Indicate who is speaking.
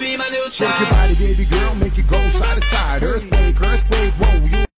Speaker 1: Shake your body, baby girl, make it go side to side.